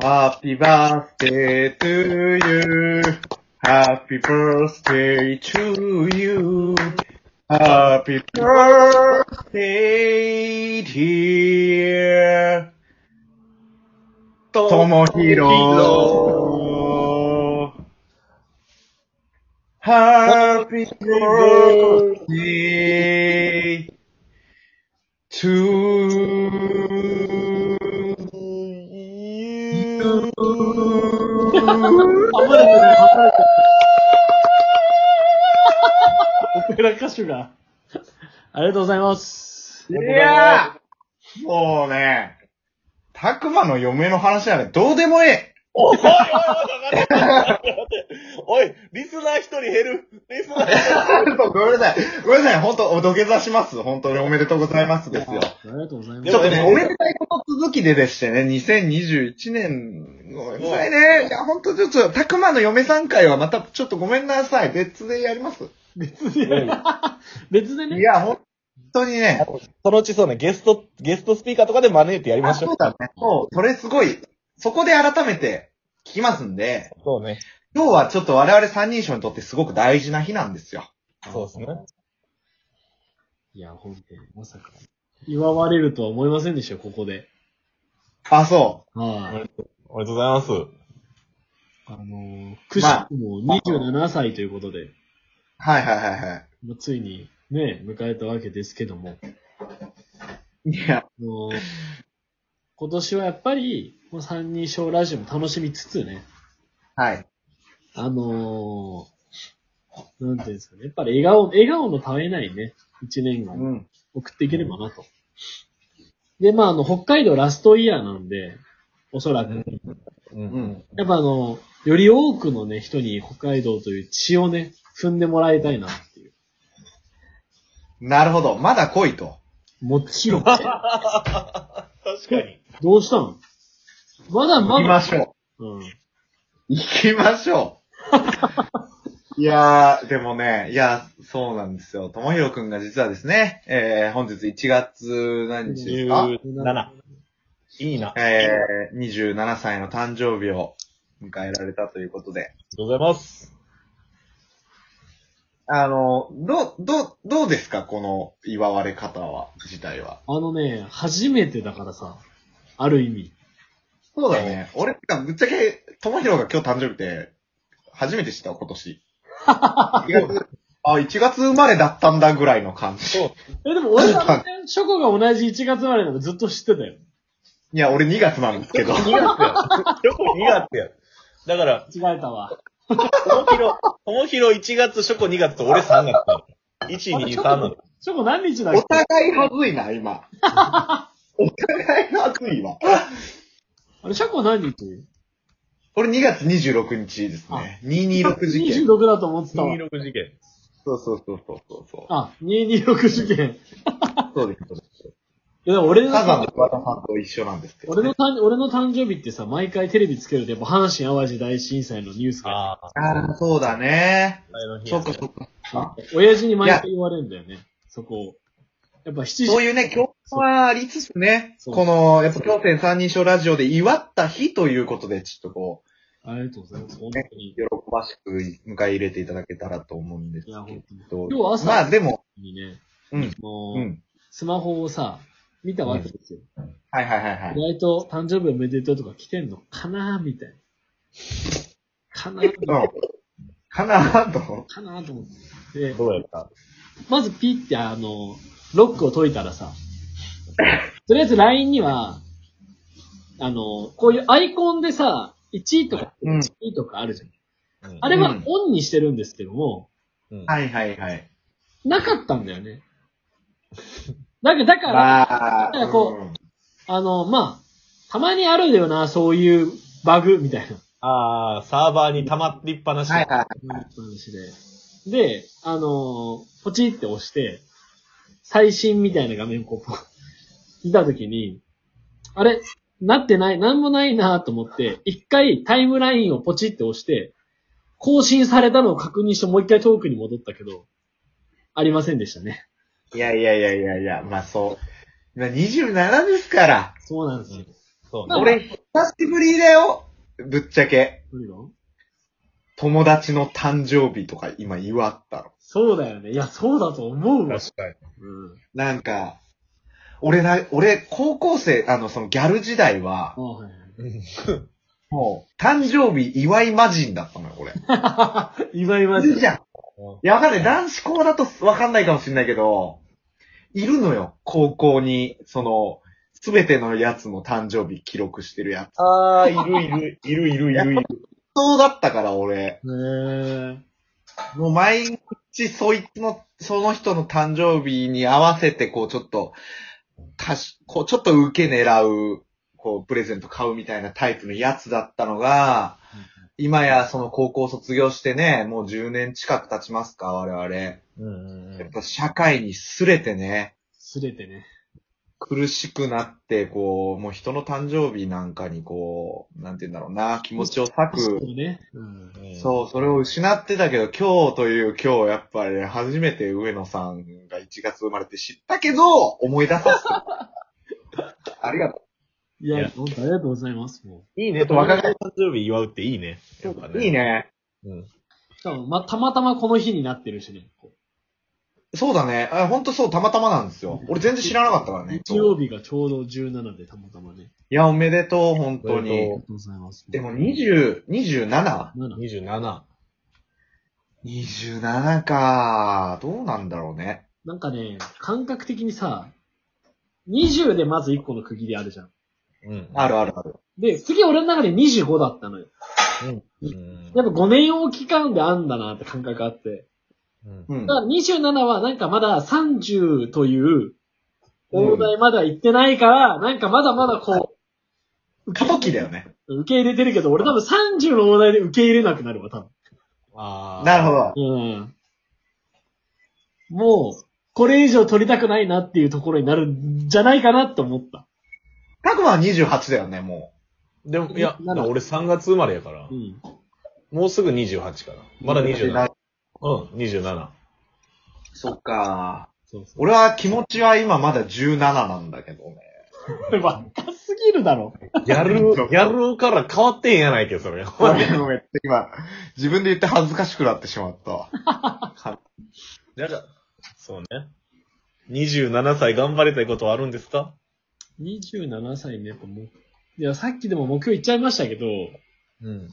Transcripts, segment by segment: Happy birthday to you. Happy birthday to you. Happy birthday, dear. ともひろ。Happy birthday to you. あぶれてる、あぶれてる。オペラ歌手が。ありがとうございます。いやーもうね、たくまの嫁の話なんかどうでもえおいおいおい、待って待って待っておい、リスナー一人減る。リスナーえごめんなさい。ごめんなさい。本当お土下座します。本当におめでとうございますですよ。ありがとうございまちすょっとね、おめでたいこと続きででしてね、2021年、ごめんなさいね。いや、ほんとちょっと、たくまの嫁さん会はまた、ちょっとごめんなさい。別でやります。別でいね。や、ほんとにね。そのうちそうね、ゲスト、ゲストスピーカーとかで招いてやりまあ、しょそうう。だね。そう、それすごい。そこで改めて聞きますんで、そうね。今日はちょっと我々三人称にとってすごく大事な日なんですよ。そうですね。いや、本当に、まさか。祝われるとは思いませんでしたよ、ここで。あ、そはい。おめでとうございます。あのー、くしくも27歳ということで、う。はいはいはいはまあ、ついにね、迎えたわけですけども、い。いや、あのー今年はやっぱり、もう三人称ラジオも楽しみつつね、はい。あのー、なんていうんですかね、やっぱり笑顔、笑顔の絶えないね、一年間うん。。送っていければなと。で、まあ、あの、北海道ラストイヤーなんで、おそらく。うんやっぱあの、より多くのね、人に北海道という血をね、踏んでもらいたいなっていう。なるほど。まだ来いと。もちろん。確かに。どうしたのまだま行きだ。ましょう。うん。行きましょ う。いやー、でもね、いや、そうなんですよ。ともひろくんが実はですね、えー、本日1月何日ですか17。いいな。あえー、27歳の誕生日を迎えられたということで。りがとうございます。あの、どう、どう、どうですかこの祝われ方は、自体は。あのね、初めてだからさ、ある意味。そうだよね。俺、てかぶっちゃけ、ともひろが今日誕生日って、初めて知ったわ、今 年。1月、あ、1月生まれだったんだぐらいの感じ。そう。え、でも俺はね、 ショコが同じ1月生まれなのずっと知ってたよ。いや、俺2月なんですけど。 2月や。どこ2月や。だから、違えたわ。ともひろ、ともひろ1月、ショコ2月と俺3月なの。1、2、3なの。ショコ何日だっおけ互いはずいな、今。 お互いはずいわ。あれ、ショコ何日俺2月26日ですね。226事件。 ?26 だと思ってたわ。 26事件。そうそうそうそうそうそう。あ、226事件。 そうです。そうですいや、でも俺の火山さの、桑田さんと一緒なんですけど。俺の誕、俺の誕生日ってさ、毎回テレビつけると、やっぱ阪神淡路大震災のニュースが、ああ。ああ、そうだね。前の日そやうかそうか。親父に毎回言われるんだよね。そこを。やっぱ7時、そういうね、今日はありつつね、そうこの、やっぱ京天三人称ラジオで祝った日ということで、ちょっとこう、ありがとうございます。本当に。喜ばしく迎え入れていただけたらと思うんですいや、本け当に。ど。今日朝まあでも、にね、うん、もう、うん。スマホをさ、見たわけですよ。はいはいはいはい意。外と誕生日おめでとうとか来てんのかなーみたいな。かなーみたいなうん。かなと。かなーと思って。で、どうやったまずピッてあの、ロックを解いた らさ、とりあえず LINE には、あの、こういうアイコンでさ、1位とかうん2位とかあるじゃん。うんあれうはんオンにしてるんですけども、うんはいはいはい。なかったんだよね。だけど、だから、まあ、だからこううんあの、まあ、たまにあるよな、そういうバグみたいなああ、サーバーに溜まりっぱなし。はいはい。話で。で、あの、ポチって押して、最新みたいな画面をこう、ポン見たときに、あれなってない、なんもないなと思って、一回タイムラインをポチって押して、更新されたのを確認してもう一回トークに戻ったけど、ありませんでしたね。いやいやいやいやいや、まあそう。今27ですから。そうなんですよ。そうね。俺、久しぶりだよ。ぶっちゃけ。無理よ友達の誕生日とか今祝ったの。そうだよね。いや、そうだと思うわ。確かに。うん。なんか、俺な、俺、高校生、あの、そのギャル時代はあ、はいもう、誕生日祝い魔人だったのよ、俺。はい。 今今いるじゃん。いうんや、わかんない。男子校だとわかんないかもしんないけど、いるのよ、高校に、その、すべてのやつの誕生日記録してるやつ。ああ、いるいる、いるいるいるいる。そうだったから、俺。へーもう毎日、そいつの、その人の誕生日に合わせて、こう、ちょっと、かし、こう、ちょっと受け狙う、こう、プレゼント買うみたいなタイプのやつだったのが、今やその高校卒業してね、もう10年近く経ちますか、我々。うんうんやっぱ社会にすれてね、すれてね。苦しくなって、こう、もう人の誕生日なんかにこう、なんて言うんだろうな、気持ちを割そうく。ね。うん。うんそう、それを失ってたけど、今日という今日、やっぱり初めて上野さんが1月生まれて知ったけど、思い出させ た。ありがといいや、や本当ありがとうございます。もいいね、と若返り誕生日祝うっていいね。やっぱう。いい。ね。うん。う。しかも、ま、たまたまこの日になってるしね。こそうだね。あほんとそう、たまたまなんですよ。俺全然知らなかったからうね。日曜日がちょうど17でたまたまね。いや、おめでとう、本当おめであにりと。がとうございます。でも、20、27?27 7。 27。 27か。どうなんだろうね。なんかね、感覚的にさ、20でまず1個の区切りあるじゃん。うん。あるあるある。で、次俺の中で25だったのよ。うん。うやんっぱ5年を期間であんだなって感覚があって。うんうんだ。から27はなんかまだ30という大台まだ行ってないから、なんかまだまだこう、過渡期だよね。受け入れてるけど、俺多分30の大台で受け入れなくなるわ、多ああ。なるほど。分。うん。もう、これ以上取りたくないなっていうところになるんじゃないかなって思った。たくまは28だよね、もど。でも、いや、 27な俺3月生まれやからう、ん。もうすぐ28かな。まだう。 27。うん、27。そっか。そうそ俺は気持ちは今まだ17なんだけどね。う。若すぎるだろ。ギャル、ギャルから変わってへんやない け、それ。ごめんごめん。今、自分で言って恥ずかしくなってしまった。なんか、そうね。27歳頑張りたいことはあるんですか27歳ね、やっぱもう。いや、さっきでも目標言っちゃいましたけど、うん。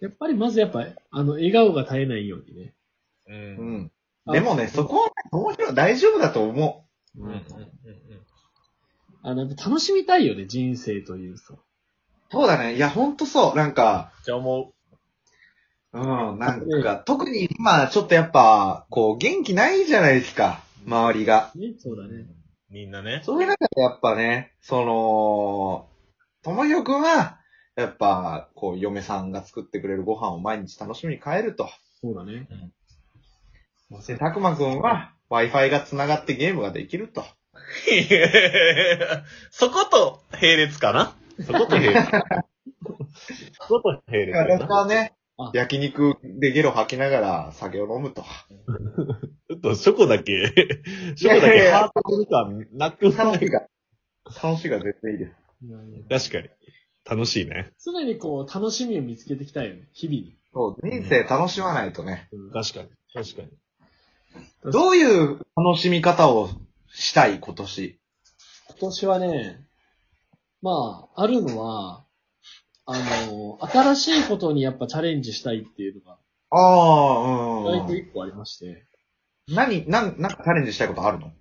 やっぱりまずやっぱ、あの、笑顔が絶えないようにね。う。うんん。でもね、そこはね、友広大丈夫だと思うん。うん。うん。あの、やっぱ楽しみたいよね、人生というさ。う。そうだね。いや、ほんとそう。なんか、じゃあ思うん、なんか、特に今、ちょっとやっぱ、こう、元気ないじゃないですか。周りが。ね、そうだね。う。みんなね。そういう中でやっぱね、その、友広くんは、やっぱ、こう、嫁さんが作ってくれるご飯を毎日楽しみに変えると。そうだね。で、たくまくんは、Wi-Fi が繋がってゲームができると。 そこと、並列かなそこと並列。そこと並列や私な。はねあ、焼肉でゲロ吐きながら酒を飲むと。ちょっと、ショコだけ、ショコだけハート感なくな楽しいい。が、楽しいが絶対いいです。いやいや確かに。楽しいね。常にこう、楽しみを見つけていきたいよね、日々に。そう、人生楽しまないとね。確かに。確かに。どういう楽しみ方をしたい、今年。今年はね、まあ、あるのは、あの、新しいことにやっぱチャレンジしたいっていうのが、ああ、う意外とん。一個ありまして。何、なん、なんかチャレンジしたいことあるの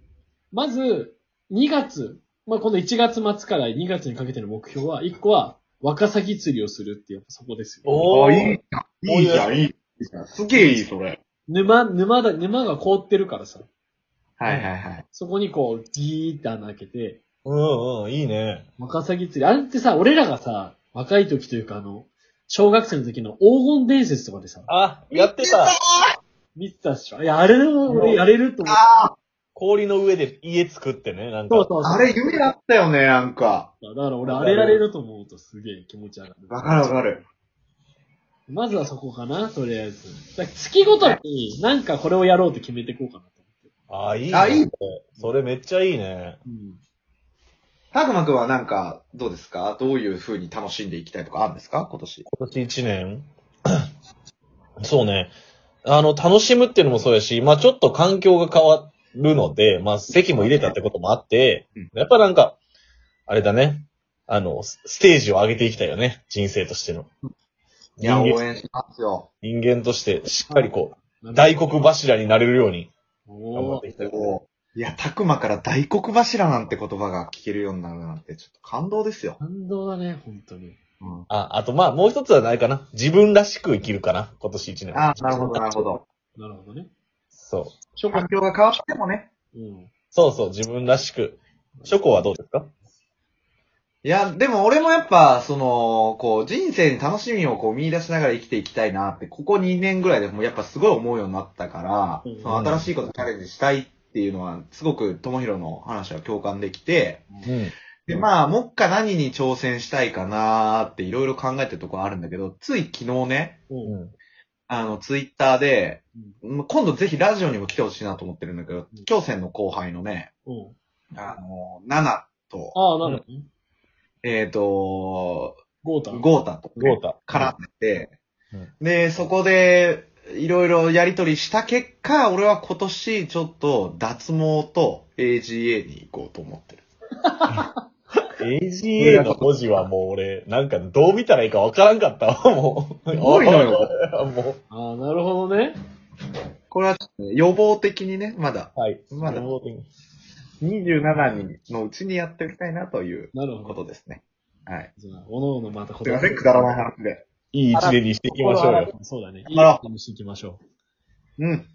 まず、2月、まあ、この1月末から2月にかけての目標は、1個は、ワカサギ釣りをするっていう、やっぱそこですよ。おあーいいじゃん、いいじゃん、いいじゃん。すげえいい、それ。沼、沼だ、沼が凍ってるからさ、はいはいはい。そこにこう、ギーって穴開けて、うんうん、いいね。ワカサギ釣り、あれってさ、俺らがさ、若い時というかあの、小学生の時の黄金伝説とかでさ、あ、やってた。見てたでしょいや、あれでも俺やれると思って。ああ、氷の上で家作ってね、なんか。そうそうそう。あれ夢だったよね、なんか。だから俺、あれやれると思うとすげえ気持ち上がる。わかるわかる。まずはそこかな、とりあえず。だから月ごとになんかこれをやろうって決めていこうかなと思って。あ、いい、あいい。それめっちゃいいね。うん。たくまくんはなんか、どうですかどういう風に楽しんでいきたいとかあるんですか今年。今年一年 そうね。あの、楽しむっていうのもそうやし、まあちょっと環境が変わるので、まあ席も入れたってこともあってうん、やっぱなんか、あれだね。あの、スステージを上げていきたいよね。人生としての。い人や、応間援しますよ。人間としてしっかりこう、大黒柱になれるように頑張おっーていきたい。いや、たくまから大黒柱なんて言葉が聞けるようになるなんて、ちょっと感動ですよ。感動だね、本当に。うん、あ、あとまあもう一つはないかな。自分らしく生きるかな。今年一年。ああ、なるほど、なるほど。なるほどね。そう。初夏環、境が変わってもね。うん。そうそう、自分らしく。初コはどうですかいや、でも俺もやっぱ、その、こう、人生に楽しみをこう見出しながら生きていきたいなって、ここ2年ぐらいでもやっぱすごい思うようになったから、うんその新しいことチャレンジしたいっていうのは、すごくともひろの話は共感できて、うん。で、まあ、もっか何に挑戦したいかなーっていろいろ考えてるとこあるんだけど、つい昨日ね、うん。うん。あの、ツイッターで、うん今度ぜひラジオにも来てほしいなと思ってるんだけどうん、京戦の後輩のね、うん。あの、ナナと、ああ、なるほどね。えっ、と、ゴータ。ゴータと、ゴータ。絡んでうて、で、そこで、いろいろやりとりした結果、俺は今年ちょっと脱毛と AGA に行こうと思ってる。 AGA の文字はもう俺、なんかどう見たらいいかわからんかったわ、もう。すごいのよ。 もああ、なるほどね。これはちょっとね、予防的にね、まだ、う。はい。まだう27人のうちにやっておきたいなというなるほこど。とですね。はい。じゃあ、おのおのまたこすいません、くだらない話で。いい一年にしていきましょうよ。そうだね。い頑い張ろう話していきましょう。うん。